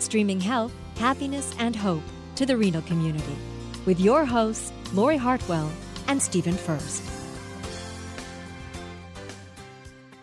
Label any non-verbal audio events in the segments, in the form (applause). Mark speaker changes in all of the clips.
Speaker 1: streaming health, happiness, and hope to the renal community with your hosts, Lori Hartwell and Stephen First.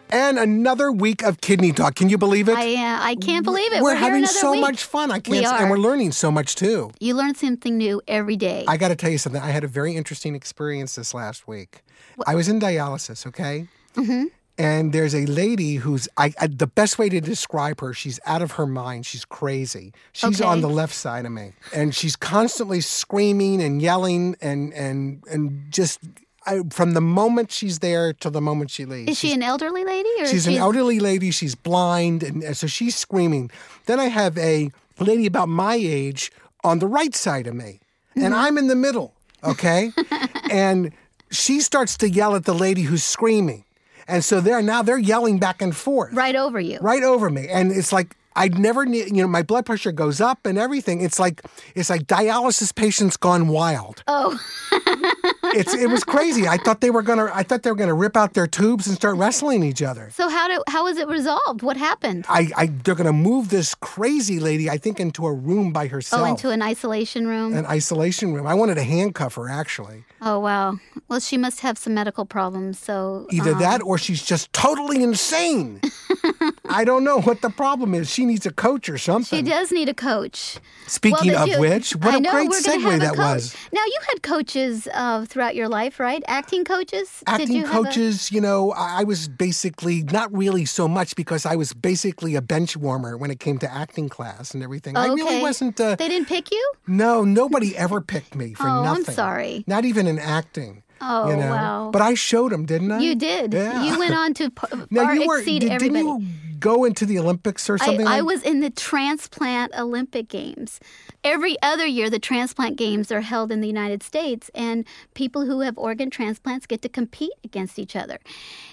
Speaker 2: And another week of Kidney Talk. Can you believe it?
Speaker 3: I, uh, I can't believe it.
Speaker 2: We're,
Speaker 3: We're
Speaker 2: having so
Speaker 3: week.
Speaker 2: much fun. I can't,
Speaker 3: We are.
Speaker 2: and we're learning so much too.
Speaker 3: You learn something new every day.
Speaker 2: I got to tell you something. I had a very interesting experience this last week. I was in dialysis, okay?
Speaker 3: Mhm.
Speaker 2: And there's a lady who's I, I the best way to describe her. She's out of her mind. She's crazy. She's
Speaker 3: Okay.
Speaker 2: on the left side of me, and she's constantly screaming and yelling and and and just I, from the moment she's there till the moment she leaves.
Speaker 3: Is she an elderly lady?
Speaker 2: (laughs)
Speaker 3: Or
Speaker 2: She's an elderly lady. She's blind, and and so she's screaming. Then I have a lady about my age on the right side of me,
Speaker 3: Mm-hmm.
Speaker 2: and I'm in the middle.
Speaker 3: (laughs)
Speaker 2: Okay, and she starts to yell at the lady who's screaming, and so they're now they're yelling back and forth
Speaker 3: right over you.
Speaker 2: right over me, and it's like. I'd never need, you know, my blood pressure goes up and everything. It's like, it's like dialysis patients gone wild
Speaker 3: Oh,
Speaker 2: it's it was crazy. I thought they were gonna I thought they were gonna rip out their tubes and start wrestling each other.
Speaker 3: so how do how was it resolved? What happened?
Speaker 2: I, I they're gonna move this crazy lady, I think, into a room by herself.
Speaker 3: Oh, into an isolation room.
Speaker 2: an isolation room. I wanted to handcuff her actually.
Speaker 3: oh wow. Well, she must have some medical problems. So
Speaker 2: Either
Speaker 3: um,
Speaker 2: that or she's just totally
Speaker 3: (laughs)
Speaker 2: insane. I don't know what the problem is. She needs a coach or
Speaker 3: She
Speaker 2: something.
Speaker 3: does need a coach.
Speaker 2: Speaking
Speaker 3: Well,
Speaker 2: of
Speaker 3: did you-
Speaker 2: which, what
Speaker 3: I
Speaker 2: a
Speaker 3: know,
Speaker 2: great
Speaker 3: we're gonna
Speaker 2: segue
Speaker 3: have a
Speaker 2: that
Speaker 3: coach.
Speaker 2: was.
Speaker 3: Now you had coaches uh, throughout your life, right? Acting coaches. Did
Speaker 2: acting
Speaker 3: you have a-
Speaker 2: coaches, you know, I I was basically not really so much because I was basically a bench warmer when it came to acting class and everything. I really
Speaker 3: Okay.
Speaker 2: wasn't. Uh,
Speaker 3: they didn't pick you.
Speaker 2: no, nobody ever picked me for
Speaker 3: Oh, I'm
Speaker 2: nothing.
Speaker 3: sorry.
Speaker 2: Not even in acting.
Speaker 3: Oh,
Speaker 2: you know?
Speaker 3: wow.
Speaker 2: But I showed them, didn't I?
Speaker 3: You did.
Speaker 2: Yeah.
Speaker 3: You went on to par,
Speaker 2: (laughs) Now
Speaker 3: far
Speaker 2: you were.
Speaker 3: exceed
Speaker 2: did,
Speaker 3: everybody.
Speaker 2: Didn't you go into the Olympics or
Speaker 3: I,
Speaker 2: something?
Speaker 3: I
Speaker 2: like-
Speaker 3: was in the transplant Olympic Games. Every other year, the transplant games are held in the United States, and people who have organ transplants get to compete against each other.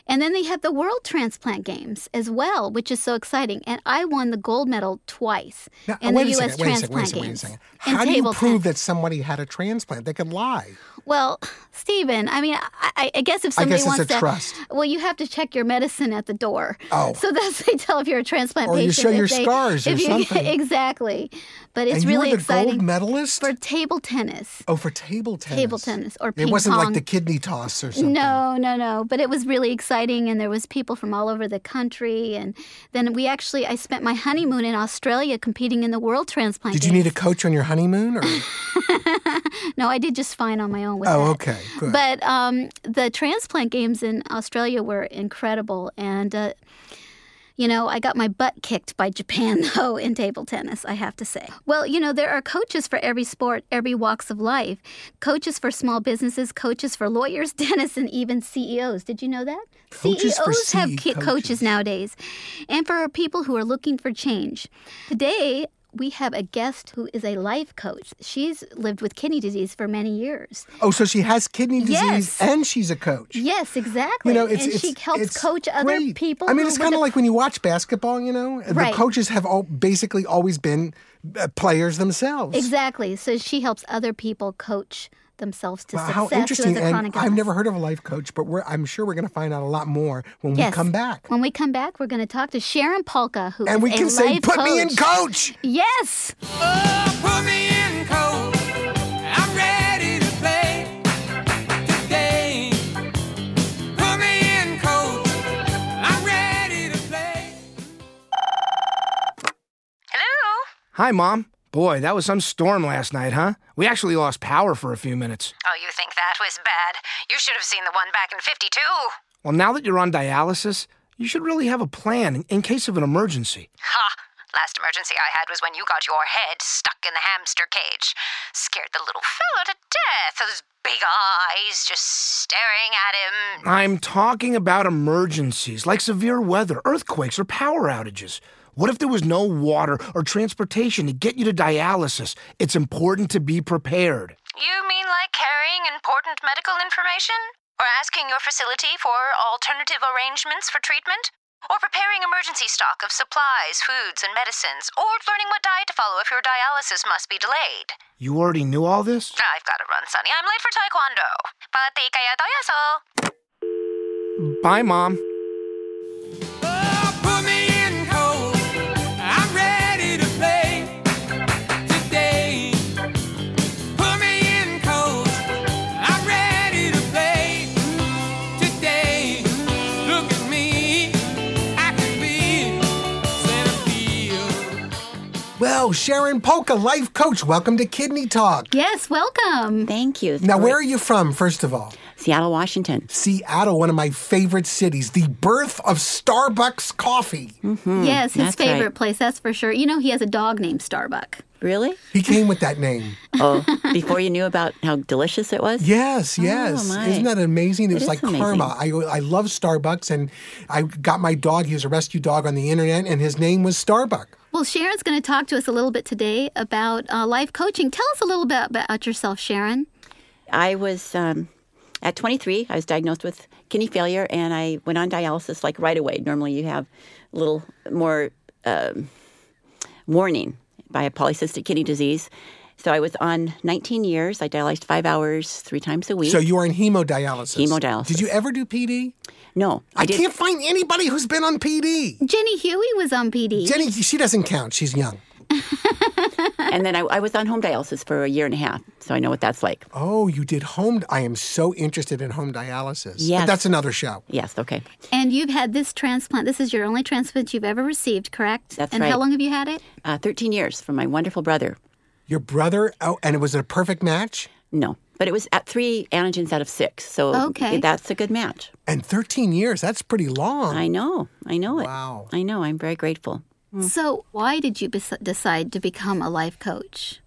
Speaker 3: And then they have the World Transplant Games as well, which is so exciting. And I won the gold medal twice
Speaker 2: Now,
Speaker 3: in
Speaker 2: wait
Speaker 3: the
Speaker 2: a
Speaker 3: U.S.
Speaker 2: second, wait a second, wait a
Speaker 3: transplant
Speaker 2: second, wait a
Speaker 3: games.
Speaker 2: second.
Speaker 3: and
Speaker 2: How do you
Speaker 3: table
Speaker 2: prove that
Speaker 3: tennis.
Speaker 2: somebody had a transplant? They could lie.
Speaker 3: Well, Stephen, I mean, I- I, I guess if
Speaker 2: I
Speaker 3: somebody
Speaker 2: guess it's
Speaker 3: wants
Speaker 2: a
Speaker 3: to,
Speaker 2: trust.
Speaker 3: well, you have to check your medicine at the door.
Speaker 2: Oh.
Speaker 3: so that's (laughs) they tell if you're a transplant
Speaker 2: Or you
Speaker 3: patient.
Speaker 2: show
Speaker 3: if
Speaker 2: your
Speaker 3: they-
Speaker 2: scars or
Speaker 3: if you- (laughs)
Speaker 2: something.
Speaker 3: exactly, but it's
Speaker 2: and
Speaker 3: really
Speaker 2: you were the
Speaker 3: exciting
Speaker 2: gold medalist.
Speaker 3: for table tennis.
Speaker 2: oh, for table tennis.
Speaker 3: Table tennis or
Speaker 2: It
Speaker 3: ping
Speaker 2: wasn't like
Speaker 3: pong.
Speaker 2: the kidney toss or something.
Speaker 3: No, no, no. But it was really exciting, and there was people from all over the country. And then we actually, I spent my honeymoon in Australia competing in the World Transplant.
Speaker 2: Did you need a coach on your honeymoon? Or
Speaker 3: a? No, I did just fine on my own. (laughs) With
Speaker 2: oh,
Speaker 3: that.
Speaker 2: okay, good.
Speaker 3: But um, the transplant games in Australia were incredible, and uh, you know, I got my butt kicked by (laughs) Japan though in table tennis. I have to say. Well, you know, there are coaches for every sport, every walks of life. Coaches for small businesses, coaches for lawyers, (laughs) dentists, and even CEOs. Did you know that?
Speaker 2: Coaches for
Speaker 3: CEOs have
Speaker 2: CE
Speaker 3: ki-
Speaker 2: coaches.
Speaker 3: coaches nowadays, and for people who are looking for change. Today, we have a guest who is a life coach. She's lived with kidney disease for many years.
Speaker 2: oh, so she has kidney disease
Speaker 3: Yes.
Speaker 2: and she's a coach.
Speaker 3: Yes, exactly.
Speaker 2: You know, it's,
Speaker 3: and
Speaker 2: it's,
Speaker 3: she helps
Speaker 2: it's
Speaker 3: coach other
Speaker 2: great.
Speaker 3: people.
Speaker 2: I mean,
Speaker 3: who
Speaker 2: it's
Speaker 3: with
Speaker 2: kind of
Speaker 3: a-
Speaker 2: like when you watch basketball. You know,
Speaker 3: Right.
Speaker 2: the coaches have all basically always been uh, players themselves.
Speaker 3: (laughs) exactly. So she helps other people coach themselves to
Speaker 2: Wow,
Speaker 3: success
Speaker 2: how interesting!
Speaker 3: who has a
Speaker 2: And
Speaker 3: chronic
Speaker 2: I've
Speaker 3: illness.
Speaker 2: never heard of a life coach, but we're, I'm sure we're going to find out a lot more when
Speaker 3: Yes.
Speaker 2: we come back.
Speaker 3: When we come back, we're going to talk to Sharon Polka, who
Speaker 2: and
Speaker 3: is
Speaker 2: we
Speaker 3: a
Speaker 2: can say,
Speaker 3: life
Speaker 2: "Put me in,
Speaker 3: coach."
Speaker 2: coach."
Speaker 3: Yes.
Speaker 4: Put me in coach. I'm ready to play today. Put me in coach. I'm ready to play.
Speaker 5: Hello?
Speaker 6: Hi, Mom. Um, Boy, that was some storm last night, huh? We actually lost power for a few minutes.
Speaker 7: Oh, you think that was bad? You should have seen the one back in 52.
Speaker 6: Well, now that you're on dialysis, you should really have a plan in- in case of an emergency.
Speaker 7: Ha! Last emergency I had was when you got your head stuck in the hamster cage. Scared the little fellow to death. Those big eyes just staring at him.
Speaker 6: I'm talking about emergencies like severe weather, earthquakes, or power outages.
Speaker 2: What if there was no water or transportation to get you to dialysis? It's important to be prepared.
Speaker 8: You mean like carrying important medical information? Or asking your facility for alternative arrangements for treatment? Or preparing emergency stock of supplies, foods, and medicines? Or learning what diet to follow if your dialysis must be delayed?
Speaker 2: You already knew all this?
Speaker 8: I've got to run, Sonny. I'm late for taekwondo. Pati kaya tayaso.
Speaker 2: Bye, Mom. Well, Sharon Polka, life coach, welcome to Kidney Talk.
Speaker 9: Yes, welcome.
Speaker 3: Thank you.
Speaker 2: Now, where are you from, first of all?
Speaker 3: Seattle, Washington.
Speaker 2: Seattle, one of my favorite cities, the birth of Starbucks coffee.
Speaker 3: Hmm,
Speaker 9: Mm-hmm. Yes, his that's favorite right. place, that's for sure. You know, he has a dog named Starbuck.
Speaker 3: Really?
Speaker 2: He came with that name.
Speaker 3: (laughs) oh, before you knew about how delicious it was?
Speaker 2: Yes, yes. Oh, Isn't that amazing? It, it was like amazing. karma. I, I love Starbucks, and I got my dog. He was a rescue dog on the internet, and his name was Starbuck.
Speaker 9: Well, Sharon's going to talk to us a little bit today about uh, life coaching. Tell us a little bit about yourself, Sharon.
Speaker 3: I was um, at 23. I was diagnosed with kidney failure, and I went on dialysis like right away. Normally, you have a little more um, warning by a polycystic kidney disease. So I was on 19 years. I dialyzed five hours, three times a week.
Speaker 2: So you were in hemodialysis.
Speaker 3: Hemodialysis.
Speaker 2: Did you ever do PD?
Speaker 3: No,
Speaker 2: I, I can't find anybody who's been on PD.
Speaker 9: Jenny Huey was on PD.
Speaker 2: Jenny, she doesn't count. She's young.
Speaker 3: and then I, I, was on home dialysis for a year and a half, so I know what that's like.
Speaker 2: Oh, you did home. I am so interested in home dialysis.
Speaker 3: Yes,
Speaker 2: but that's another show.
Speaker 3: Yes, okay.
Speaker 9: And you've had this transplant. This is your only transplant you've ever received, correct?
Speaker 3: That's
Speaker 9: and
Speaker 3: right.
Speaker 9: how long have you had it?
Speaker 3: Uh, Thirteen years from my wonderful brother.
Speaker 2: Your brother? Oh, and it was a perfect match.
Speaker 3: No, but it was at three antigens out of six. So
Speaker 9: okay.
Speaker 3: that's a good match.
Speaker 2: And 13 years, that's pretty long.
Speaker 3: I know. I know
Speaker 2: Oh.
Speaker 3: it.
Speaker 2: Wow.
Speaker 3: I know. I'm very grateful.
Speaker 9: Mm. So, why did you bes- decide to become a life coach?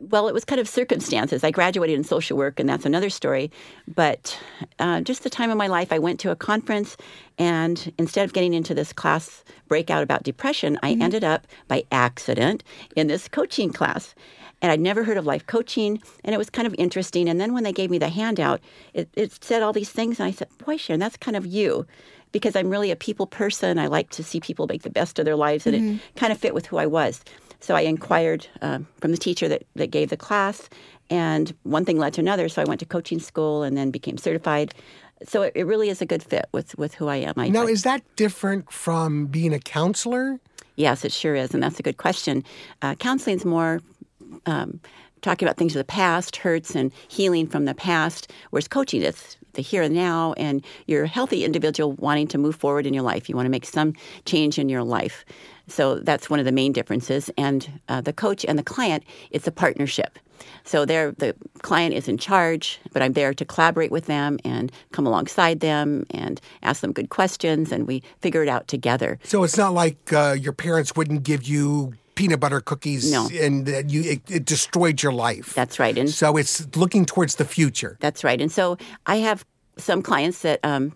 Speaker 3: Well, it was kind of circumstances. I graduated in social work, and that's another story. But uh, just the time of my life, I went to a conference, and instead of getting into this class breakout about depression, I mm-hmm. ended up by accident in this coaching class and I'd never heard of life coaching, and it was kind of interesting. And then when they gave me the handout, it, it, said all these things, and I said, "Boy, Sharon, that's kind of you," because I'm really a people person. I like to see people make the best of their lives, and mm-hmm. it kind of fit with who I was. So I inquired um, from the teacher that, that gave the class, and one thing led to another. So I went to coaching school and then became certified. So it, it really is a good fit with, with who I am. I,
Speaker 2: now,
Speaker 3: I,
Speaker 2: is that different from being a counselor?
Speaker 3: Yes, it sure is, and that's a good question. Uh, counseling is more um, talking about things of the past, hurts, and healing from the past, whereas coaching is the here and now, and you're a healthy individual wanting to move forward in your life. You want to make some change in your life. So that's one of the main differences. And uh, the coach and the client, it's a partnership. So there, the client is in charge, but I'm there to collaborate with them and come alongside them and ask them good questions, and we figure it out together.
Speaker 2: So it's not like uh, your parents wouldn't give you peanut butter cookies
Speaker 3: no.
Speaker 2: and uh, you it, it, destroyed your life.
Speaker 3: That's right. And
Speaker 2: so it's looking towards the future.
Speaker 3: That's right. And so I have some clients that um,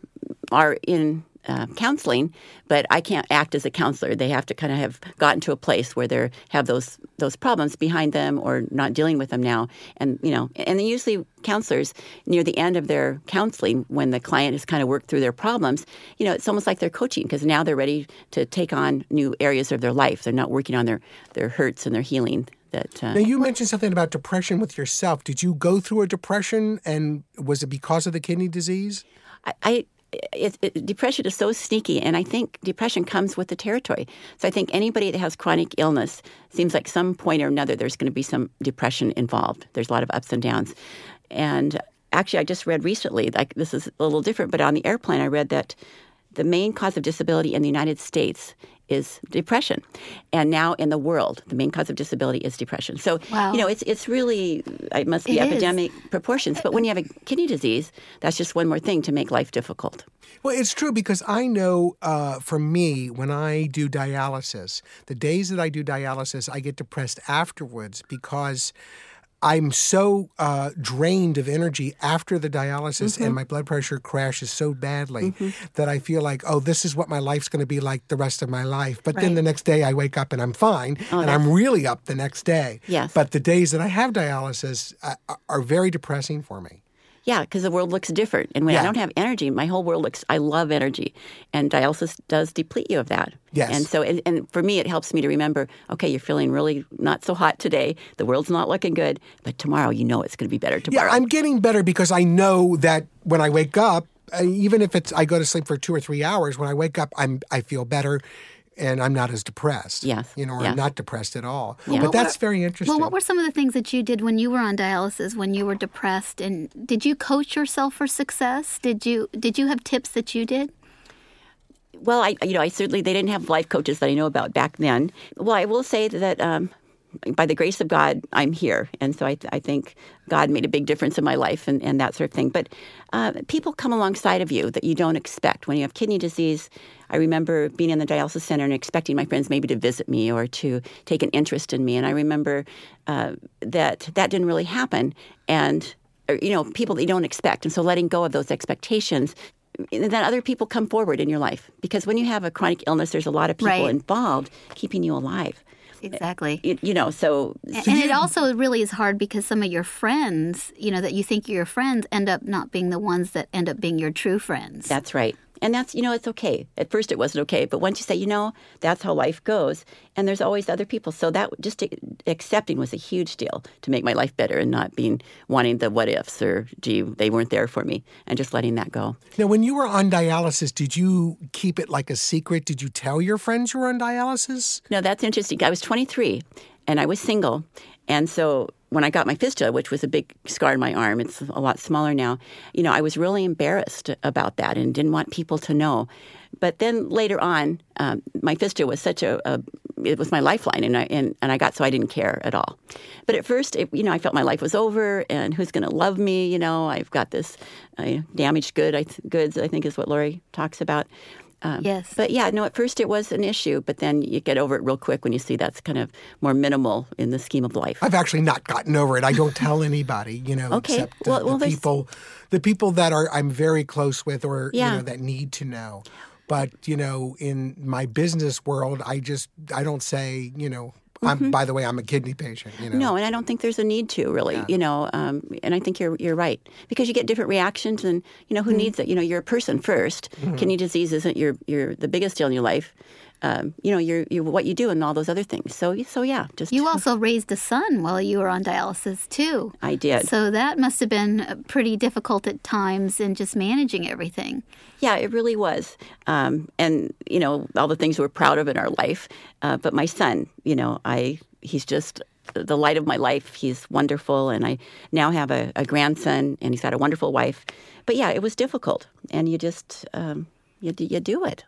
Speaker 3: are in uh, counseling, but I can't act as a counselor. They have to kind of have gotten to a place where they have those those problems behind them or not dealing with them now. And you know, and then usually counselors near the end of their counseling, when the client has kind of worked through their problems, you know, it's almost like they're coaching because now they're ready to take on new areas of their life. They're not working on their their hurts and their healing. That uh,
Speaker 2: now you mentioned something about depression with yourself. Did you go through a depression, and was it because of the kidney disease?
Speaker 3: I, I it, it, depression is so sneaky, and I think depression comes with the territory. So I think anybody that has chronic illness seems like some point or another there's going to be some depression involved. There's a lot of ups and downs, and actually, I just read recently like this is a little different, but on the airplane, I read that the main cause of disability in the United States is depression, and now in the world, the main cause of disability is depression. So
Speaker 9: wow.
Speaker 3: you know, it's it's really it must be
Speaker 9: it
Speaker 3: epidemic is. proportions. But when you have a kidney disease, that's just one more thing to make life difficult.
Speaker 2: Well, it's true because I know uh, for me, when I do dialysis, the days that I do dialysis, I get depressed afterwards because. I'm so uh, drained of energy after the dialysis, mm-hmm. and my blood pressure crashes so badly mm-hmm. that I feel like, oh, this is what my life's going to be like the rest of my life. But right. then the next day I wake up and I'm fine, oh, and I'm really up the next day.
Speaker 3: Yes.
Speaker 2: But the days that I have dialysis uh, are very depressing for me.
Speaker 3: Yeah, because the world looks different. And when yeah. I don't have energy, my whole world looks, I love energy. And dialysis does deplete you of that.
Speaker 2: Yes.
Speaker 3: And so, and, and, for me, it helps me to remember okay, you're feeling really not so hot today. The world's not looking good. But tomorrow, you know it's going to be better tomorrow.
Speaker 2: Yeah, I'm getting better because I know that when I wake up, uh, even if it's I go to sleep for two or three hours, when I wake up, I'm I feel better and I'm not as depressed.
Speaker 3: Yes.
Speaker 2: You know, or
Speaker 3: yes.
Speaker 2: I'm not depressed at all. Yeah. But that's very interesting.
Speaker 10: Well, what were some of the things that you did when you were on dialysis when you were depressed and did you coach yourself for success? Did you did you have tips that you did?
Speaker 3: Well, I you know, I certainly they didn't have life coaches that I know about back then. Well, I will say that um, by the grace of God, I'm here. And so I, th- I, think God made a big difference in my life and, and that sort of thing. But uh, people come alongside of you that you don't expect. When you have kidney disease, I remember being in the dialysis center and expecting my friends maybe to visit me or to take an interest in me. And I remember uh, that that didn't really happen. And, or, you know, people that you don't expect. And so letting go of those expectations and then other people come forward in your life. Because when you have a chronic illness, there's a lot of people
Speaker 10: right.
Speaker 3: involved keeping you alive.
Speaker 10: Exactly.
Speaker 3: You, you know, so.
Speaker 10: And, and it also really is hard because some of your friends, you know, that you think are your friends end up not being the ones that end up being your true friends.
Speaker 3: That's right. And that's, you know, it's okay. At first it wasn't okay, but once you say, you know, that's how life goes, and there's always other people. So that just accepting was a huge deal to make my life better and not being wanting the what ifs or, gee, they weren't there for me and just letting that go.
Speaker 2: Now, when you were on dialysis, did you keep it like a secret? Did you tell your friends you were on dialysis?
Speaker 3: No, that's interesting. I was 23 and I was single. And so when I got my fistula, which was a big scar in my arm, it's a lot smaller now, you know, I was really embarrassed about that and didn't want people to know. But then later on, um, my fistula was such a, a, it was my lifeline, and I and, and I got so I didn't care at all. But at first, it, you know, I felt my life was over, and who's going to love me? You know, I've got this uh, damaged good I th- goods. I think is what Lori talks about.
Speaker 10: Um, yes.
Speaker 3: But yeah, no, at first it was an issue, but then you get over it real quick when you see that's kind of more minimal in the scheme of life.
Speaker 2: I've actually not gotten over it. I don't
Speaker 3: (laughs)
Speaker 2: tell anybody, you know,
Speaker 3: okay.
Speaker 2: except the,
Speaker 3: well, well,
Speaker 2: the people there's... the people that are I'm very close with or
Speaker 3: yeah.
Speaker 2: you know that need to know. But, you know, in my business world, I just I don't say, you know, Mm-hmm. I'm, by the way, I'm a kidney patient. You know?
Speaker 3: No, and I don't think there's a need to really. Yeah. You know, um, and I think you're you're right because you get different reactions, and you know who mm-hmm. needs it. You know, you're a person 1st mm-hmm. Kidney disease isn't your your the biggest deal in your life. Um, you know, your, your what you do and all those other things. So so yeah, just
Speaker 10: you also raised a son while you were on dialysis too.
Speaker 3: I did.
Speaker 10: So that must have been pretty difficult at times in just managing everything.
Speaker 3: Yeah, it really was. Um, and you know, all the things we're proud of in our life. Uh, but my son, you know, I he's just the light of my life. He's wonderful, and I now have a, a grandson, and he's got a wonderful wife. But yeah, it was difficult, and you just um, you you do it.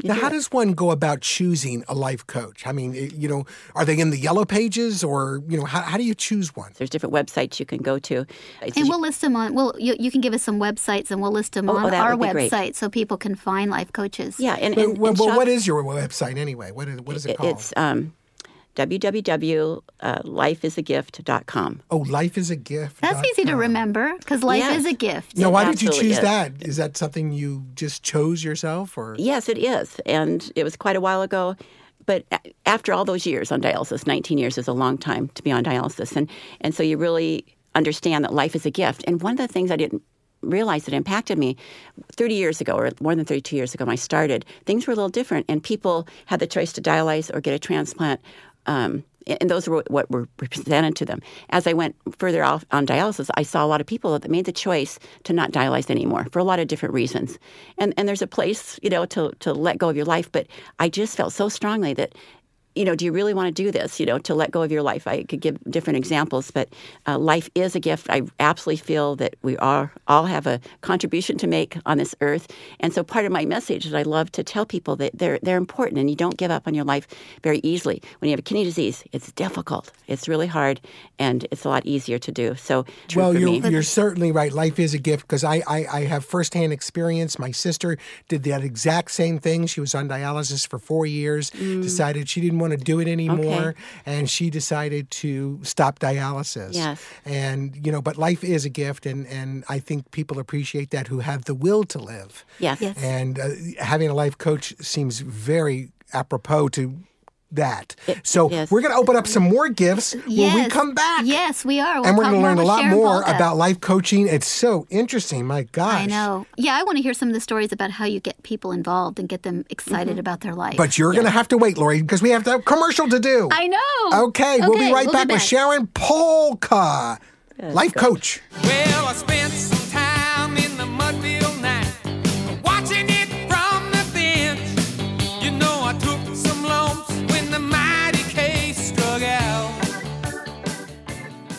Speaker 2: You now, do how it. does one go about choosing a life coach? I mean, you know, are they in the yellow pages or, you know, how, how do you choose one?
Speaker 3: There's different websites you can go to.
Speaker 10: It's and we'll you, list them on, well, you, you, can give us some websites and we'll list them
Speaker 3: oh,
Speaker 10: on
Speaker 3: oh,
Speaker 10: our
Speaker 3: website
Speaker 10: great. so people can find life coaches.
Speaker 3: Yeah. And,
Speaker 2: but,
Speaker 3: and,
Speaker 2: well,
Speaker 3: and
Speaker 2: well
Speaker 3: shop,
Speaker 2: what is your website anyway? What is, what is it called?
Speaker 3: It's um, uh, www.lifeisagift.com.
Speaker 2: Oh, life is a gift.
Speaker 10: That's easy to remember because life
Speaker 3: yes.
Speaker 10: is a gift.
Speaker 2: Now,
Speaker 3: it
Speaker 2: why did you choose
Speaker 3: is.
Speaker 2: that? Is that something you just chose yourself, or?
Speaker 3: Yes, it is, and it was quite a while ago. But after all those years on dialysis, 19 years is a long time to be on dialysis, and and so you really understand that life is a gift. And one of the things I didn't realized that impacted me 30 years ago or more than 32 years ago when i started things were a little different and people had the choice to dialyze or get a transplant um, and those were what were presented to them. As I went further off on dialysis, I saw a lot of people that made the choice to not dialyze anymore for a lot of different reasons. And and there's a place, you know, to to let go of your life. But I just felt so strongly that. You know, do you really want to do this? You know, to let go of your life. I could give different examples, but uh, life is a gift. I absolutely feel that we are all have a contribution to make on this earth, and so part of my message that I love to tell people that they're they're important, and you don't give up on your life very easily. When you have a kidney disease, it's difficult. It's really hard, and it's a lot easier to do. So,
Speaker 2: well,
Speaker 3: for
Speaker 2: you're,
Speaker 3: me.
Speaker 2: you're certainly right. Life is a gift because I, I, I have firsthand experience. My sister did that exact same thing. She was on dialysis for four years, mm. decided she didn't want want to do it anymore. Okay. And she decided to stop dialysis.
Speaker 3: Yes.
Speaker 2: And, you know, but life is a gift. And, and I think people appreciate that who have the will to live.
Speaker 3: Yes. yes.
Speaker 2: And uh, having a life coach seems very apropos to that. It, so yes. we're going to open up some more gifts yes. when we come back.
Speaker 10: Yes, we are.
Speaker 2: We'll and we're going to learn a lot Sharon more Volga. about life coaching. It's so interesting. My gosh.
Speaker 10: I know. Yeah, I want to hear some of the stories about how you get people involved and get them excited mm-hmm. about their life.
Speaker 2: But you're
Speaker 10: yeah.
Speaker 2: going to have to wait, Lori, because we have to have commercial to do.
Speaker 10: I know.
Speaker 2: Okay, okay we'll be right we'll back, back, with Sharon Polka, That's life good. coach.
Speaker 4: Well, I spent some time in the mudfield night watching it from the bench. You know, I took some lumps.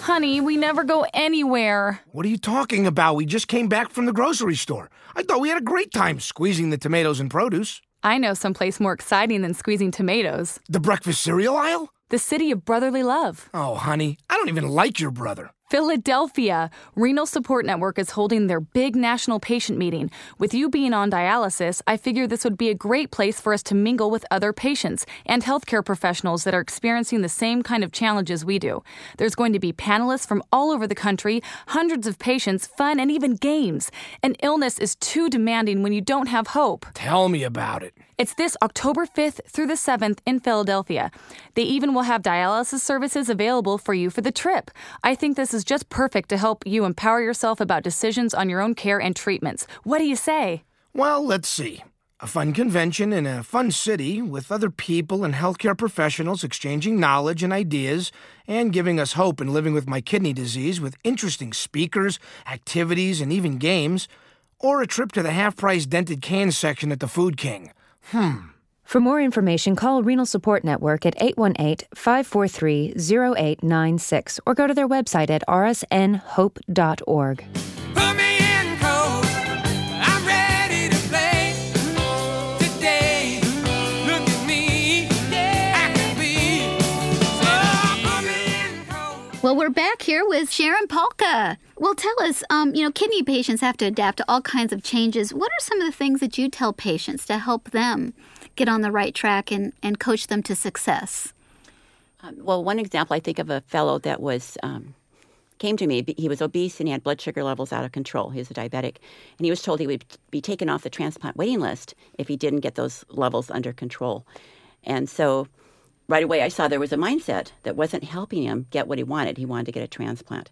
Speaker 8: Honey, we never go anywhere.
Speaker 5: What are you talking about? We just came back from the grocery store. I thought we had a great time squeezing the tomatoes and produce.
Speaker 8: I know someplace more exciting than squeezing tomatoes.
Speaker 5: The breakfast cereal aisle?
Speaker 8: The city of brotherly love.
Speaker 5: Oh, honey, I don't even like your brother.
Speaker 8: Philadelphia. Renal Support Network is holding their big national patient meeting. With you being on dialysis, I figure this would be a great place for us to mingle with other patients and healthcare professionals that are experiencing the same kind of challenges we do. There's going to be panelists from all over the country, hundreds of patients, fun, and even games. An illness is too demanding when you don't have hope.
Speaker 5: Tell me about it.
Speaker 8: It's this October 5th through the 7th in Philadelphia. They even will have dialysis services available for you for the trip. I think this is just perfect to help you empower yourself about decisions on your own care and treatments. What do you say?
Speaker 5: Well, let's see. A fun convention in a fun city with other people and healthcare professionals exchanging knowledge and ideas and giving us hope in living with my kidney disease with interesting speakers, activities, and even games. Or a trip to the half price dented can section at the Food King. Hmm.
Speaker 11: For more information, call Renal Support Network at 818 543 0896 or go to their website at rsnhope.org.
Speaker 4: Put me in coach. I'm ready to play today. Look at me. I can be. So
Speaker 10: well, we're back here with Sharon Polka. Well, tell us, um, you know, kidney patients have to adapt to all kinds of changes. What are some of the things that you tell patients to help them? get on the right track and, and coach them to success?
Speaker 3: Um, well, one example I think of a fellow that was um, came to me. He was obese and he had blood sugar levels out of control. He was a diabetic, and he was told he would be taken off the transplant waiting list if he didn't get those levels under control. And so, right away, I saw there was a mindset that wasn't helping him get what he wanted. He wanted to get a transplant,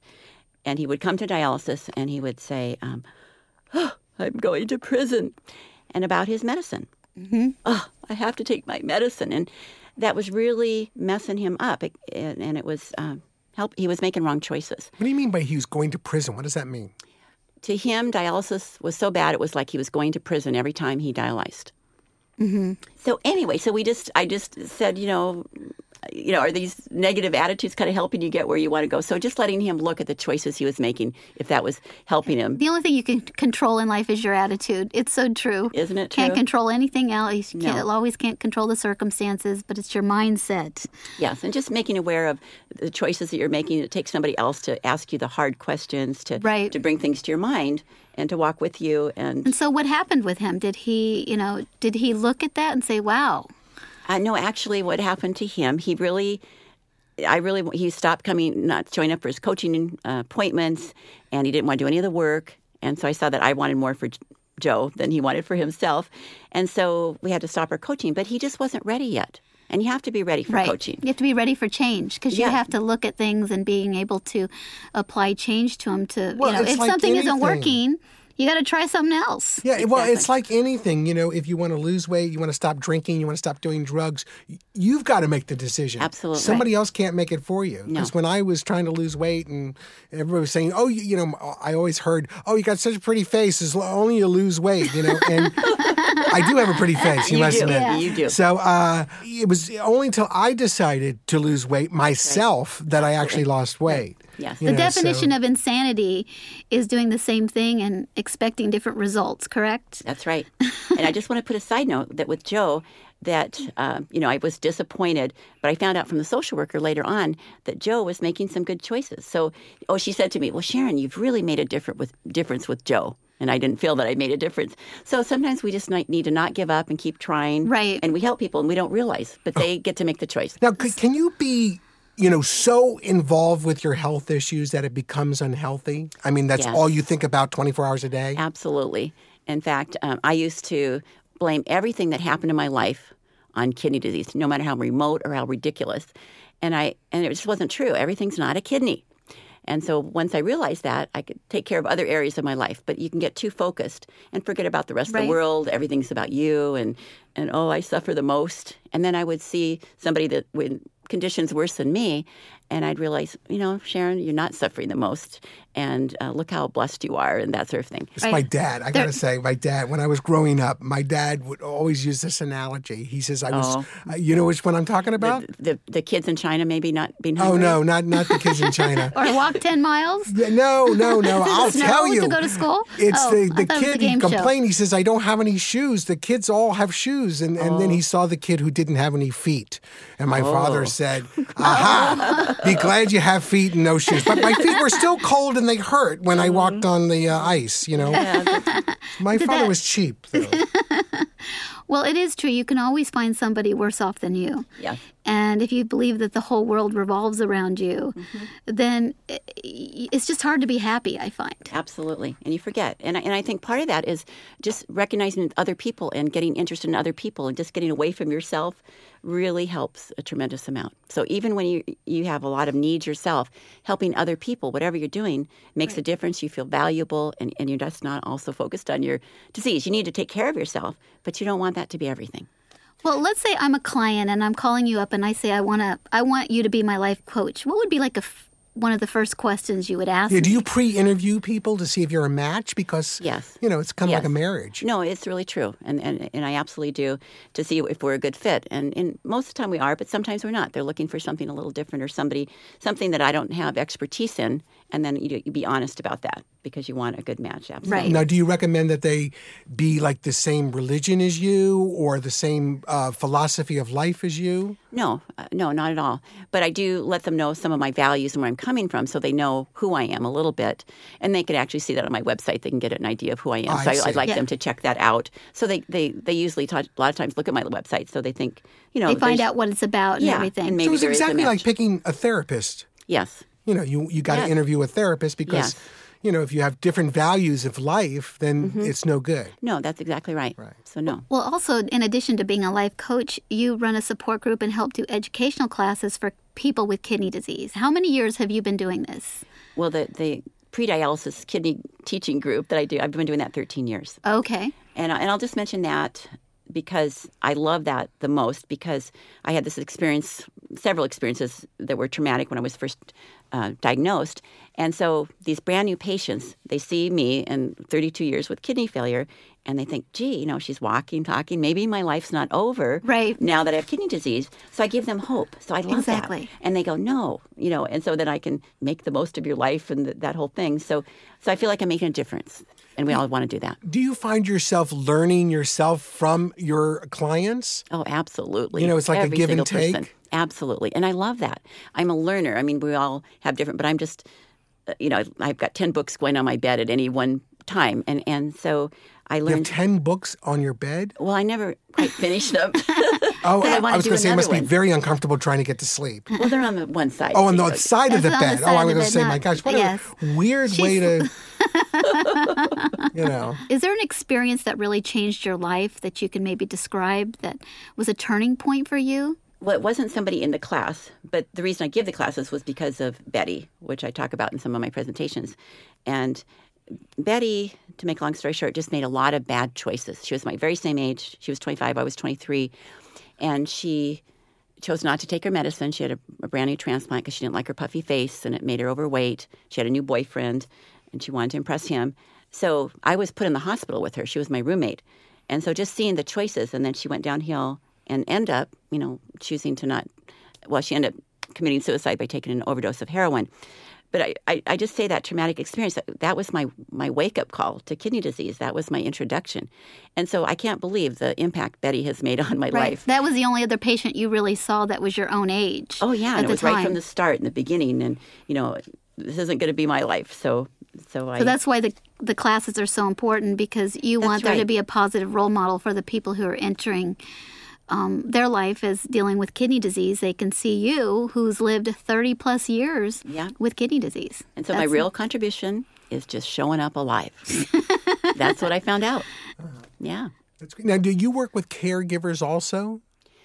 Speaker 3: and he would come to dialysis and he would say, um, (gasps) oh, "I'm going to prison," and about his medicine. Mm-hmm. Oh, I have to take my medicine, and that was really messing him up. It, and, and, it was um, help. He was making wrong choices.
Speaker 2: What do you mean by he was going to prison? What does that mean?
Speaker 3: To him, dialysis was so bad it was like he was going to prison every time he dialyzed.
Speaker 10: Mm-hmm.
Speaker 3: So anyway, so we just I just said, you know, you know, are these negative attitudes kind of helping you get where you want to go? So just letting him look at the choices he was making, if that was helping him.
Speaker 10: The only thing you can control in life is your attitude. It's so true,
Speaker 3: isn't it?
Speaker 10: True? Can't control anything else. You no. always can't control the circumstances, but it's your mindset.
Speaker 3: Yes, and just making aware of the choices that you're making. It takes somebody else to ask you the hard questions to
Speaker 10: right.
Speaker 3: to bring things to your mind and to walk with you. And
Speaker 10: and so, what happened with him? Did he, you know, did he look at that and say, "Wow"?
Speaker 3: Uh, no, actually, what happened to him? He really, I really, he stopped coming, not showing up for his coaching uh, appointments, and he didn't want to do any of the work. And so I saw that I wanted more for Joe than he wanted for himself, and so we had to stop our coaching. But he just wasn't ready yet. And you have to be ready for
Speaker 10: right.
Speaker 3: coaching.
Speaker 10: You have to be ready for change because you yeah. have to look at things and being able to apply change to them. To well, you know, if like something anything. isn't working, you got to try something else.
Speaker 2: Yeah, exactly. well, it's like anything, you know, if you want to lose weight, you want to stop drinking, you want to stop doing drugs, you've got to make the decision.
Speaker 3: Absolutely.
Speaker 2: Somebody else can't make it for you. Because no. when I was trying to lose weight and everybody was saying, oh, you, you, know, I always heard, oh, you got such a pretty face, it's only you lose weight, you know,
Speaker 10: (laughs)
Speaker 2: and I do have a pretty face, you,
Speaker 3: you
Speaker 2: must
Speaker 3: do.
Speaker 2: admit.
Speaker 3: Yeah, you do.
Speaker 2: So uh, it was only until I decided to lose weight myself right. that Absolutely. I actually lost weight. Right.
Speaker 3: Yes.
Speaker 10: You the know, definition so. of insanity is doing the same thing and expecting different results, correct?
Speaker 3: That's right. and I just want to put a side note that with Joe, that, uh, you know, I was disappointed, but I found out from the social worker later on that Joe was making some good choices. So, oh, she said to me, Well, Sharon, you've really made a different with, difference with Joe. and I didn't feel that I made a difference. So sometimes we just need to not give up and keep trying.
Speaker 10: Right.
Speaker 3: And we help people and we don't realize, but they get to make the choice.
Speaker 2: Now, c- can you be, you know, so involved with your health issues that it becomes unhealthy? I mean, that's
Speaker 3: Yes.
Speaker 2: all you think about 24 hours a day?
Speaker 3: Absolutely. In fact, um, I used to blame everything that happened in my life on kidney disease, no matter how remote or how ridiculous. And I and it just wasn't true. Everything's not a kidney. And so once I realized that, I could take care of other areas of my life. But you can get too focused and forget about the rest of
Speaker 10: Right.
Speaker 3: the world. Everything's about you and and oh, I suffer the most. And then I would see somebody that when conditions worse than me, and I'd realize, you know, Sharon, you're not suffering the most, and uh, look how blessed you are, and that sort of thing.
Speaker 2: It's my dad. I gotta say, my dad. When I was growing up, my dad would always use this analogy. He says, "I was,
Speaker 3: Oh.
Speaker 2: uh, you know, which one I'm talking about?
Speaker 3: the the kids in China maybe not being
Speaker 2: oh
Speaker 3: hungry.
Speaker 2: no, not not the kids in China.
Speaker 10: (laughs) or walk 10 miles?
Speaker 2: Yeah, no,
Speaker 10: (laughs) Through
Speaker 2: no, no.
Speaker 10: the
Speaker 2: I'll
Speaker 10: snow
Speaker 2: tell you.
Speaker 10: To go to school?
Speaker 2: It's
Speaker 10: Oh,
Speaker 2: the,
Speaker 10: I
Speaker 2: the
Speaker 10: thought it was
Speaker 2: kid
Speaker 10: game
Speaker 2: who
Speaker 10: show.
Speaker 2: complained. He says, I don't have any shoes. The kids all have shoes. And, and
Speaker 10: Oh.
Speaker 2: then he saw the kid who didn't have any feet. And my
Speaker 4: Oh.
Speaker 2: father
Speaker 10: (laughs)
Speaker 2: said, Aha, be glad you have feet and no shoes. But my feet were still cold and they hurt when I walked on the uh, ice, you know. (laughs) my
Speaker 10: Mm. Did
Speaker 2: father
Speaker 10: that-
Speaker 2: was cheap.
Speaker 10: (laughs) Well, it is true. You can always find somebody worse off than you.
Speaker 3: Yeah.
Speaker 10: And if you believe that the whole world revolves around you,
Speaker 3: Mm-hmm.
Speaker 10: then i- i- it's just hard to be happy, I find.
Speaker 3: Absolutely. And you forget. And I, and I think part of that is just recognizing other people and getting interested in other people and just getting away from yourself really helps a tremendous amount. So even when you you have a lot of needs yourself, helping other people, whatever you're doing, makes a difference. You feel valuable and, and you're just not also focused on your disease. You need to take care of yourself, but you don't want that to be everything.
Speaker 10: Well, let's say I'm a client and I'm calling you up and I say I want to I want you to be my life coach. What would be like a f- one of the first questions you would ask?
Speaker 2: Yeah, do
Speaker 10: me?
Speaker 2: you pre interview people to see if you're a match? Because,
Speaker 3: Yes.
Speaker 2: you know, it's kind of
Speaker 3: Yes.
Speaker 2: like a marriage.
Speaker 3: No, it's really true, and, and and I absolutely do to see if we're a good fit. And, and most of the time we are, but sometimes we're not. They're looking for something a little different or somebody something that I don't have expertise in, and then you, you be honest about that because you want a good match. Absolutely.
Speaker 2: Now, do you recommend that they be like the same religion as you or the same uh, philosophy of life as you?
Speaker 3: No, uh, no, not at all. But I do let them know some of my values and where I'm coming from, so they know who I am a little bit, and they can actually see that on my website. They can get an idea of who I am.
Speaker 2: Oh, I
Speaker 3: so I,
Speaker 2: see.
Speaker 3: I'd like
Speaker 10: Yeah.
Speaker 3: them to check that out. So they they they usually ta- a lot of times look at my website, so they think you know
Speaker 10: they find
Speaker 3: there's-
Speaker 10: out what it's about
Speaker 3: Yeah,
Speaker 10: and everything.
Speaker 3: and maybe
Speaker 2: so it's
Speaker 3: there is a
Speaker 2: exactly
Speaker 3: match.
Speaker 2: like picking a therapist.
Speaker 3: Yes.
Speaker 2: You know, you, you got to
Speaker 3: Yes.
Speaker 2: interview a therapist because,
Speaker 3: Yes.
Speaker 2: you know, if you have different values of life, then
Speaker 3: Mm-hmm.
Speaker 2: it's no good.
Speaker 3: No, that's exactly right. Right. So no.
Speaker 10: Well, also, in addition to being a life coach, you run a support group and help do educational classes for people with kidney disease. How many years have you been doing this?
Speaker 3: Well, the the pre-dialysis kidney teaching group that I do, I've been doing that 13 years.
Speaker 10: Okay.
Speaker 3: And, I- and I'll just mention that because I love that the most because I had this experience, several experiences that were traumatic when I was first uh, diagnosed. And so these brand new patients, they see me in 32 years with kidney failure and they think, gee, you know, she's walking, talking. Maybe my life's not over
Speaker 10: Right.
Speaker 3: now that I have kidney disease. So I give them hope. So I love that.
Speaker 10: Exactly.
Speaker 3: And they go, no, you know, and so then I can make the most of your life and th- that whole thing. So, so I feel like I'm making a difference and we all want to do that.
Speaker 2: Do you find yourself learning yourself from your clients?
Speaker 3: Oh, absolutely.
Speaker 2: You know, it's like a
Speaker 3: Every
Speaker 2: give and
Speaker 3: single person.
Speaker 2: take.
Speaker 3: Absolutely. And I love that. I'm a learner. I mean, we all have different, but I'm just, uh, you know, I've got 10 books going on my bed at any one time. And, and so I
Speaker 2: You have
Speaker 3: learned.
Speaker 2: 10 books on your bed?
Speaker 3: Well, I never (laughs) quite finished them.
Speaker 2: Oh,
Speaker 3: I
Speaker 2: I,
Speaker 3: wanna
Speaker 2: was
Speaker 3: do
Speaker 2: going to say it
Speaker 3: another
Speaker 2: must
Speaker 3: one.
Speaker 2: be very uncomfortable trying to get to sleep.
Speaker 3: well, they're on the one side.
Speaker 2: Oh, on
Speaker 3: so
Speaker 2: the
Speaker 3: you-
Speaker 2: side of the
Speaker 10: That's on the
Speaker 2: bed. oh,
Speaker 10: side
Speaker 2: I was
Speaker 10: of
Speaker 2: going
Speaker 10: it,
Speaker 2: to say, my
Speaker 10: not-
Speaker 2: gosh, what
Speaker 10: yes.
Speaker 2: a weird
Speaker 10: (laughs)
Speaker 2: way to, you know.
Speaker 10: Is there an experience that really changed your life that you can maybe describe that was a turning point for you?
Speaker 3: well, it wasn't somebody in the class, but the reason I give the classes was because of Betty, which I talk about in some of my presentations. And Betty, to make a long story short, just made a lot of bad choices. She was my very same age. She was 25, I was 23. And she chose not to take her medicine. She had a, a brand new transplant because she didn't like her puffy face and it made her overweight. She had a new boyfriend and she wanted to impress him. So I was put in the hospital with her. She was my roommate. And so just seeing the choices, and then she went downhill and end up, you know, choosing to not, well, she ended up committing suicide by taking an overdose of heroin. But I, I, I just say that traumatic experience, that, that was my, my wake up call to kidney disease. That was my introduction. And so I can't believe the impact Betty has made (laughs) on my life.
Speaker 10: That was the only other patient you really saw that was your own age.
Speaker 3: Oh yeah,
Speaker 10: at
Speaker 3: and it
Speaker 10: the
Speaker 3: was
Speaker 10: time.
Speaker 3: right from the start in the beginning, and you know, this isn't going to be my life. So, so, I
Speaker 10: so that's why the the classes are so important because you
Speaker 3: That's
Speaker 10: want there to
Speaker 3: right.
Speaker 10: be a positive role model for the people who are entering um, their life as dealing with kidney disease. They can see you, who's lived 30 plus years
Speaker 3: Yeah.
Speaker 10: with kidney disease.
Speaker 3: And so my
Speaker 10: That's-
Speaker 3: real contribution is just showing up alive. That's what I
Speaker 10: (laughs)
Speaker 3: found out. Yeah.
Speaker 2: That's great. Now, do you work with caregivers also,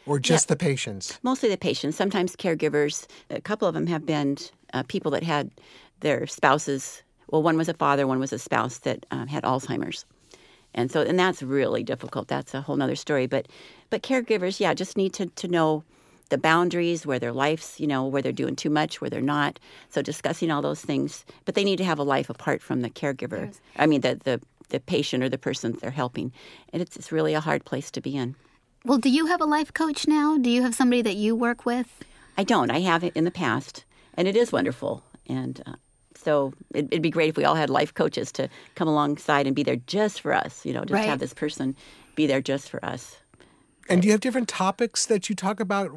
Speaker 2: or just the patients?
Speaker 3: Mostly the patients, sometimes caregivers. A couple of them have been uh, people that had their spouses. Well, one was a father, one was a spouse that um, had Alzheimer's. And so, and that's really difficult. That's a whole nother story. But, but caregivers, yeah, just need to, to know the boundaries where their life's, you know, where they're doing too much, where they're not. So discussing all those things, but they need to have a life apart from the caregiver. I mean, the, the, the patient or the person they're helping. And it's, it's really a hard place to be in.
Speaker 10: Well, do you have a life coach now? Do you have somebody that you work with?
Speaker 3: I don't. I have it in the past, and it is wonderful. And uh, so it, it'd be great if we all had life coaches to come alongside and be there just for us. You know, just
Speaker 10: Right.
Speaker 3: have this person be there just for us.
Speaker 2: And do you have different topics that you talk about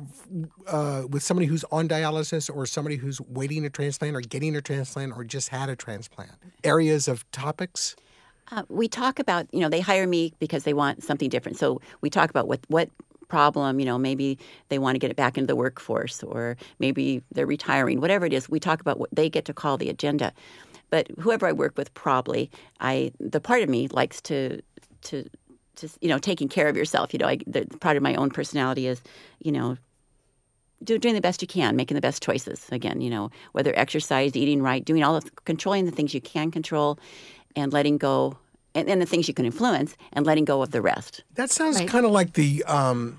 Speaker 2: uh, with somebody who's on dialysis, or somebody who's waiting a transplant, or getting a transplant, or just had a transplant? Areas of topics.
Speaker 3: Uh, we talk about, you know, they hire me because they want something different. So we talk about what what problem, you know, maybe they want to get it back into the workforce, or maybe they're retiring, whatever it is. We talk about what they get to call the agenda. But whoever I work with, probably I the part of me likes to to just you know taking care of yourself. You know, I, the the part of my own personality is, you know, do, doing the best you can, making the best choices. Again, you know, whether exercise, eating right, doing all of controlling the things you can control, and letting go, and, and the things you can influence, and letting go of the rest.
Speaker 2: That sounds kind of like the um,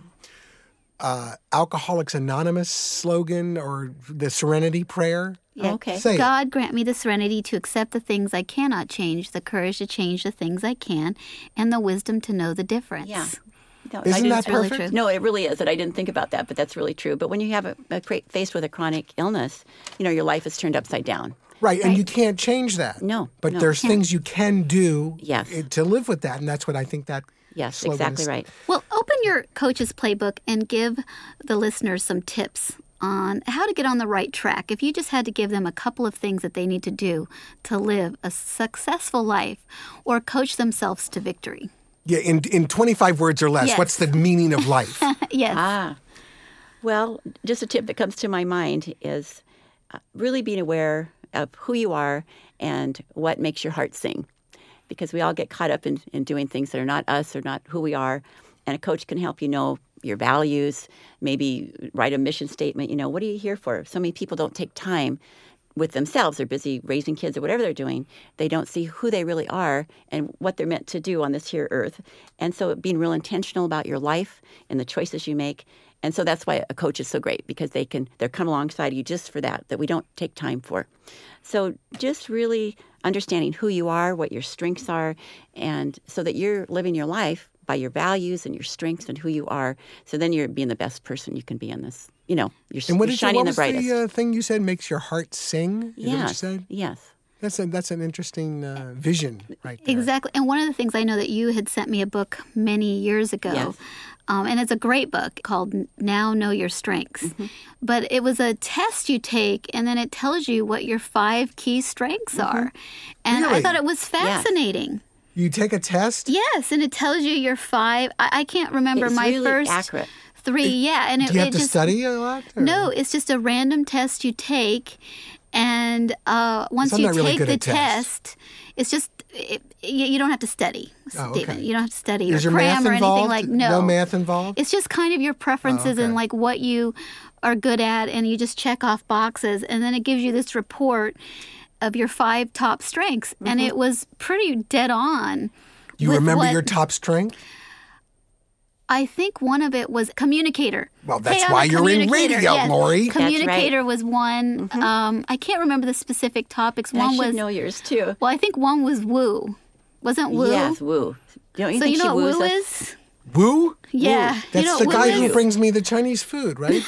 Speaker 2: uh, Alcoholics Anonymous slogan or the Serenity Prayer.
Speaker 10: Okay.
Speaker 2: Say it.
Speaker 10: God grant me the serenity to accept the things I cannot change, the courage to change the things I can, and the wisdom to know the difference.
Speaker 3: Yeah. No,
Speaker 10: Isn't
Speaker 3: didn't-
Speaker 10: that It's really perfect? true.
Speaker 3: No, it really is, and I didn't think about that, but that's really true. But when you have a, a cra- faced with a chronic illness, you know your life is turned upside down.
Speaker 2: Right, and you can't change that.
Speaker 3: No,
Speaker 2: But
Speaker 3: no,
Speaker 2: there's
Speaker 3: can't.
Speaker 2: things you can do
Speaker 3: Yes.
Speaker 2: i- to live with that, and that's what I think that.
Speaker 3: Yes,
Speaker 2: slogan
Speaker 3: exactly
Speaker 2: is.
Speaker 3: right.
Speaker 10: Well, open your coach's playbook and give the listeners some tips on how to get on the right track. If you just had to give them a couple of things that they need to do to live a successful life or coach themselves to victory.
Speaker 2: Yeah, in, in 25 words or less,
Speaker 10: Yes.
Speaker 2: what's the meaning of
Speaker 10: (laughs)
Speaker 2: life?
Speaker 10: yes.
Speaker 3: Ah. Well, just a tip that comes to my mind is uh, really being aware of who you are and what makes your heart sing. Because we all get caught up in, in doing things that are not us or not who we are. And a coach can help you know your values, maybe write a mission statement. You know, what are you here for? So many people don't take time with themselves. They're busy raising kids or whatever they're doing. They don't see who they really are and what they're meant to do on this here earth. And so being real intentional about your life and the choices you make. And so that's why a coach is so great because they can they're come alongside you just for that that we don't take time for. So just really understanding who you are, what your strengths are, and so that you're living your life by your values and your strengths and who you are. So then you're being the best person you can be in this. You know, you're,
Speaker 2: and what did
Speaker 3: you're
Speaker 2: you,
Speaker 3: shining
Speaker 2: what
Speaker 3: the
Speaker 2: was
Speaker 3: brightest.
Speaker 2: the uh, thing you said makes your heart sing? Is that what you
Speaker 3: yes.
Speaker 2: said?
Speaker 3: Yes.
Speaker 2: That's, a, that's an interesting uh, vision right there.
Speaker 10: Exactly. And one of the things I know that you had sent me a book many years ago.
Speaker 3: Yes.
Speaker 10: Um, and it's a great book called Now Know Your Strengths.
Speaker 11: Mm-hmm.
Speaker 10: But it was a test you take, and then it tells you what your five key strengths are. And I
Speaker 2: Really?
Speaker 10: thought it was fascinating.
Speaker 2: You take a test?
Speaker 10: Yes. and it tells you your five. I, I can't remember
Speaker 3: It's
Speaker 10: my
Speaker 3: really
Speaker 10: first
Speaker 3: accurate.
Speaker 10: three. Yeah, and it,
Speaker 2: do you have
Speaker 10: it
Speaker 2: to
Speaker 10: just,
Speaker 2: study a lot? or-
Speaker 10: No, it's just a random test you take, and uh, once
Speaker 2: I'm
Speaker 10: you
Speaker 2: not
Speaker 10: take
Speaker 2: really good
Speaker 10: the
Speaker 2: at tests.
Speaker 10: test, it's just it, you you don't have to study,
Speaker 2: Oh,
Speaker 10: Stephen.
Speaker 2: okay.
Speaker 10: You don't have to study
Speaker 2: Is
Speaker 10: or
Speaker 2: there
Speaker 10: cram
Speaker 2: math
Speaker 10: or anything
Speaker 2: involved?
Speaker 10: like no.
Speaker 2: math involved? Oh,
Speaker 10: It's just kind of your preferences and like what you are good at, and you just check off boxes, and then it gives you this report of your five top strengths, and it was pretty dead on.
Speaker 2: You
Speaker 10: with
Speaker 2: remember
Speaker 10: what-
Speaker 2: your top strength?
Speaker 10: I think one of it was communicator.
Speaker 2: Well, that's
Speaker 10: I'm
Speaker 2: why
Speaker 10: a
Speaker 2: you're in
Speaker 10: communicator.
Speaker 2: radio,
Speaker 10: yes.
Speaker 2: Lori. That's right.
Speaker 10: Communicator was one. Um, I can't remember the specific topics.
Speaker 3: Mm-hmm. And I
Speaker 10: one
Speaker 3: should
Speaker 10: was
Speaker 3: know yours too.
Speaker 10: well, I think one was woo. Wasn't woo?
Speaker 3: Yes, woo. Don't
Speaker 10: so you
Speaker 3: think she
Speaker 10: know what
Speaker 3: woos
Speaker 10: woo
Speaker 3: us?
Speaker 10: is?
Speaker 2: Woo?
Speaker 10: Yeah.
Speaker 2: That's
Speaker 10: you know
Speaker 2: the
Speaker 10: what
Speaker 2: guy
Speaker 10: woo
Speaker 2: who
Speaker 10: is?
Speaker 2: brings me
Speaker 10: (laughs)
Speaker 2: the Chinese food, right?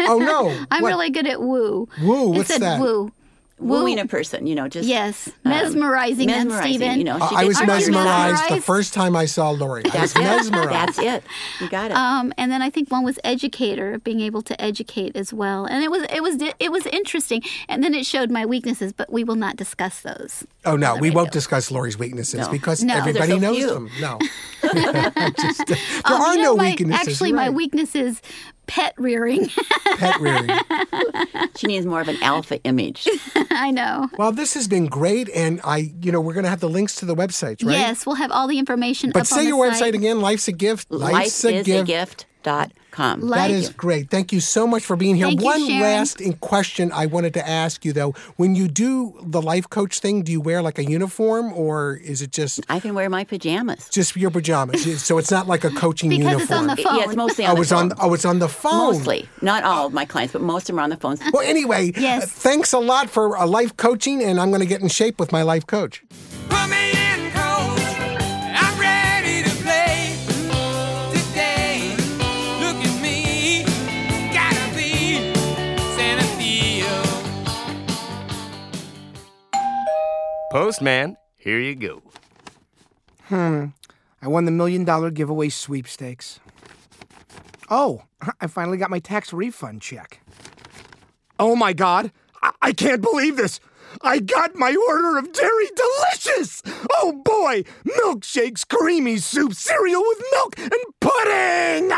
Speaker 2: oh, no.
Speaker 10: I'm
Speaker 2: What?
Speaker 10: really good at woo.
Speaker 2: Woo,
Speaker 10: It
Speaker 2: what's
Speaker 10: said
Speaker 2: that?
Speaker 10: woo.
Speaker 3: wooing a person, you know, just uh,
Speaker 10: yes, mesmerizing, um,
Speaker 3: mesmerizing
Speaker 10: Stephen.
Speaker 3: You know,
Speaker 2: uh, I
Speaker 3: Oh, did-
Speaker 2: was
Speaker 3: Aren't you
Speaker 2: mesmerized, the first time I saw Lori. I was
Speaker 3: That's it.
Speaker 2: mesmerized.
Speaker 3: That's it. You got it.
Speaker 10: Um, and then I think one was educator, being able to educate as well, and it was it was it was interesting. And then it showed my weaknesses, but we will not discuss those.
Speaker 2: Oh no,
Speaker 10: on the
Speaker 2: we won't
Speaker 10: radio.
Speaker 2: discuss Lori's weaknesses
Speaker 10: No.
Speaker 2: because
Speaker 10: No.
Speaker 2: everybody
Speaker 3: There's so
Speaker 2: knows
Speaker 3: few.
Speaker 2: them. No,
Speaker 3: (laughs)
Speaker 2: (laughs) Just, uh, there
Speaker 10: Um,
Speaker 2: are
Speaker 10: you know,
Speaker 2: no
Speaker 10: my-
Speaker 2: weaknesses.
Speaker 10: Actually,
Speaker 2: You're
Speaker 10: my
Speaker 2: right.
Speaker 10: weakness is pet rearing.
Speaker 2: (laughs)
Speaker 10: (laughs)
Speaker 2: pet rearing.
Speaker 3: She needs more of an alpha image.
Speaker 10: I know.
Speaker 2: Well, this has been great, and I, you know, we're going to have the links to the websites, right?
Speaker 10: Yes, (laughs) we'll have all the information.
Speaker 2: But
Speaker 10: up
Speaker 2: say
Speaker 10: on
Speaker 2: your
Speaker 10: the
Speaker 2: website
Speaker 10: site.
Speaker 2: again. Life's a gift.
Speaker 3: Life is a gift dot com.
Speaker 2: That
Speaker 10: Thank
Speaker 2: is
Speaker 10: you.
Speaker 2: great. Thank you so much for being here.
Speaker 10: Thank you,
Speaker 2: One
Speaker 10: Sharon.
Speaker 2: last in question I wanted to ask you though. When you do the life coach thing, do you wear like a uniform or is it just
Speaker 3: I can wear my pajamas.
Speaker 2: just your pajamas? so it's not like a coaching
Speaker 10: Because
Speaker 2: uniform.
Speaker 10: it's on the phone.
Speaker 3: Yeah, it's mostly on
Speaker 2: oh,
Speaker 3: the
Speaker 2: it's
Speaker 3: phone.
Speaker 2: on oh, it's on the phone.
Speaker 3: Mostly, not all of my clients, but most of them are on the phones.
Speaker 2: Well, anyway,
Speaker 10: (laughs) Yes.
Speaker 2: uh, thanks a lot for uh, life coaching, and I'm going to get in shape with my life coach.
Speaker 4: Put me in, coach. I'm ready to play today. Look at me. Gotta be Santa Theo.
Speaker 12: Postman, here you go.
Speaker 5: I won the million dollar giveaway sweepstakes. Oh, I finally got my tax refund check. Oh my god, I, I can't believe this! I got my order of Dairy Delicious! Oh boy! Milkshakes, creamy soup, cereal with milk, and pudding! (laughs)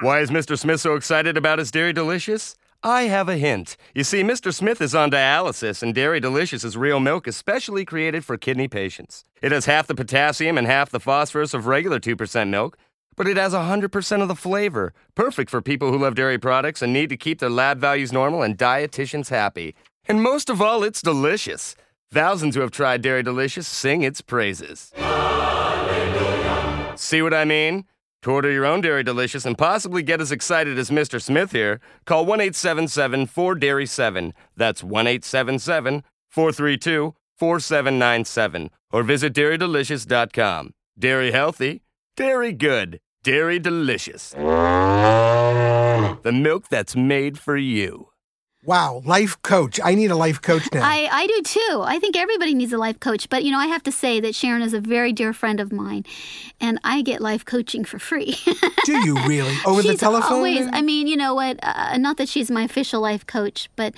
Speaker 12: Why is Mr. Smith so excited about his Dairy Delicious? I have a hint. You see, Mr. Smith is on dialysis, and Dairy Delicious is real milk especially created for kidney patients. It has half the potassium and half the phosphorus of regular 2% milk, but it has 100% of the flavor. Perfect for people who love dairy products and need to keep their lab values normal and dietitians happy. And most of all, it's delicious. Thousands who have tried Dairy Delicious sing its praises. See what I mean? To order your own Dairy Delicious and possibly get as excited as Mr. Smith here, call 1 877 4 Dairy 7. That's 1 877 432 4797. Or visit dairydelicious.com. Dairy healthy, dairy good, dairy delicious. The milk that's made for you.
Speaker 2: Wow, life coach. I need a life coach now.
Speaker 10: I, I do too. I think everybody needs a life coach. But, you know, I have to say that Sharon is a very dear friend of mine, and I get life coaching for free.
Speaker 2: (laughs) do you really? Over the
Speaker 10: she's
Speaker 2: telephone?
Speaker 10: always, I mean, you know what? Uh, not that she's my official life coach, but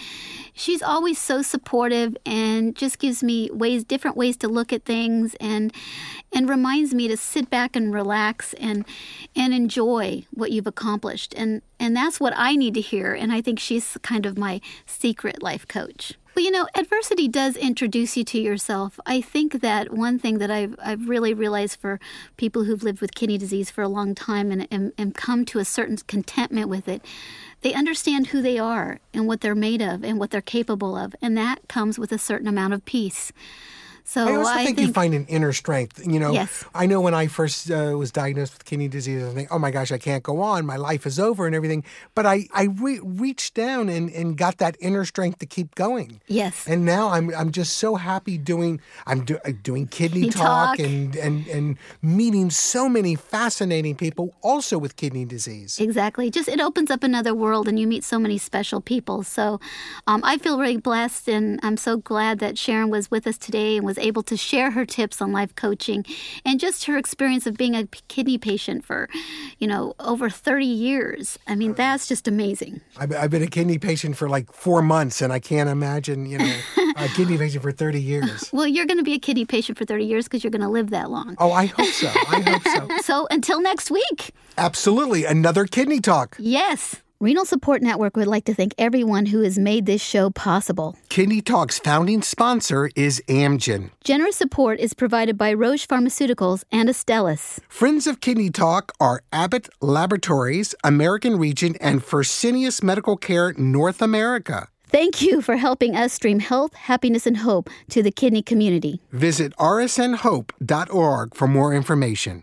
Speaker 10: she's always so supportive and just gives me ways, different ways to look at things, and and reminds me to sit back and relax and and enjoy what you've accomplished, and and that's what I need to hear. And I think she's kind of my secret life coach. Well, you know, adversity does introduce you to yourself. I think that one thing that I've, I've really realized for people who've lived with kidney disease for a long time and, and, and come to a certain contentment with it, they understand who they are and what they're made of and what they're capable of. And that comes with a certain amount of peace. So
Speaker 2: I also think, you find an inner strength. You know,
Speaker 10: Yes.
Speaker 2: I know when I first uh, was diagnosed with kidney disease, I think, oh my gosh, I can't go on. My life is over and everything. But I, I re- reached down and, and got that inner strength to keep going.
Speaker 10: yes.
Speaker 2: And now I'm I'm just so happy doing I'm do, uh, doing kidney
Speaker 10: Kidney
Speaker 2: talk,
Speaker 10: Talk.
Speaker 2: and and and meeting so many fascinating people also with kidney disease.
Speaker 10: Exactly. Just it opens up another world, and you meet so many special people. So um, I feel really blessed, and I'm so glad that Sharon was with us today and was able to share her tips on life coaching and just her experience of being a p- kidney patient for, you know, over 30 years. I mean, that's just amazing.
Speaker 2: I've, I've been a kidney patient for like four months, and I can't imagine
Speaker 10: (laughs)
Speaker 2: you know a kidney patient for thirty years.
Speaker 10: Well, you're going to be a kidney patient for 30 years because you're going to live that long.
Speaker 2: Oh, I hope so. I hope so.
Speaker 10: (laughs) So until next week.
Speaker 2: Absolutely, another kidney talk.
Speaker 10: Yes. Renal Support Network would like to thank everyone who has made this show possible.
Speaker 2: Kidney Talk's founding sponsor is Amgen.
Speaker 10: Generous support is provided by Roche Pharmaceuticals and Astellas.
Speaker 2: Friends of Kidney Talk are Abbott Laboratories, American Region, and Fresenius Medical Care North America.
Speaker 10: Thank you for helping us stream health, happiness, and hope to the kidney community.
Speaker 2: Visit rsnhope.org for more information.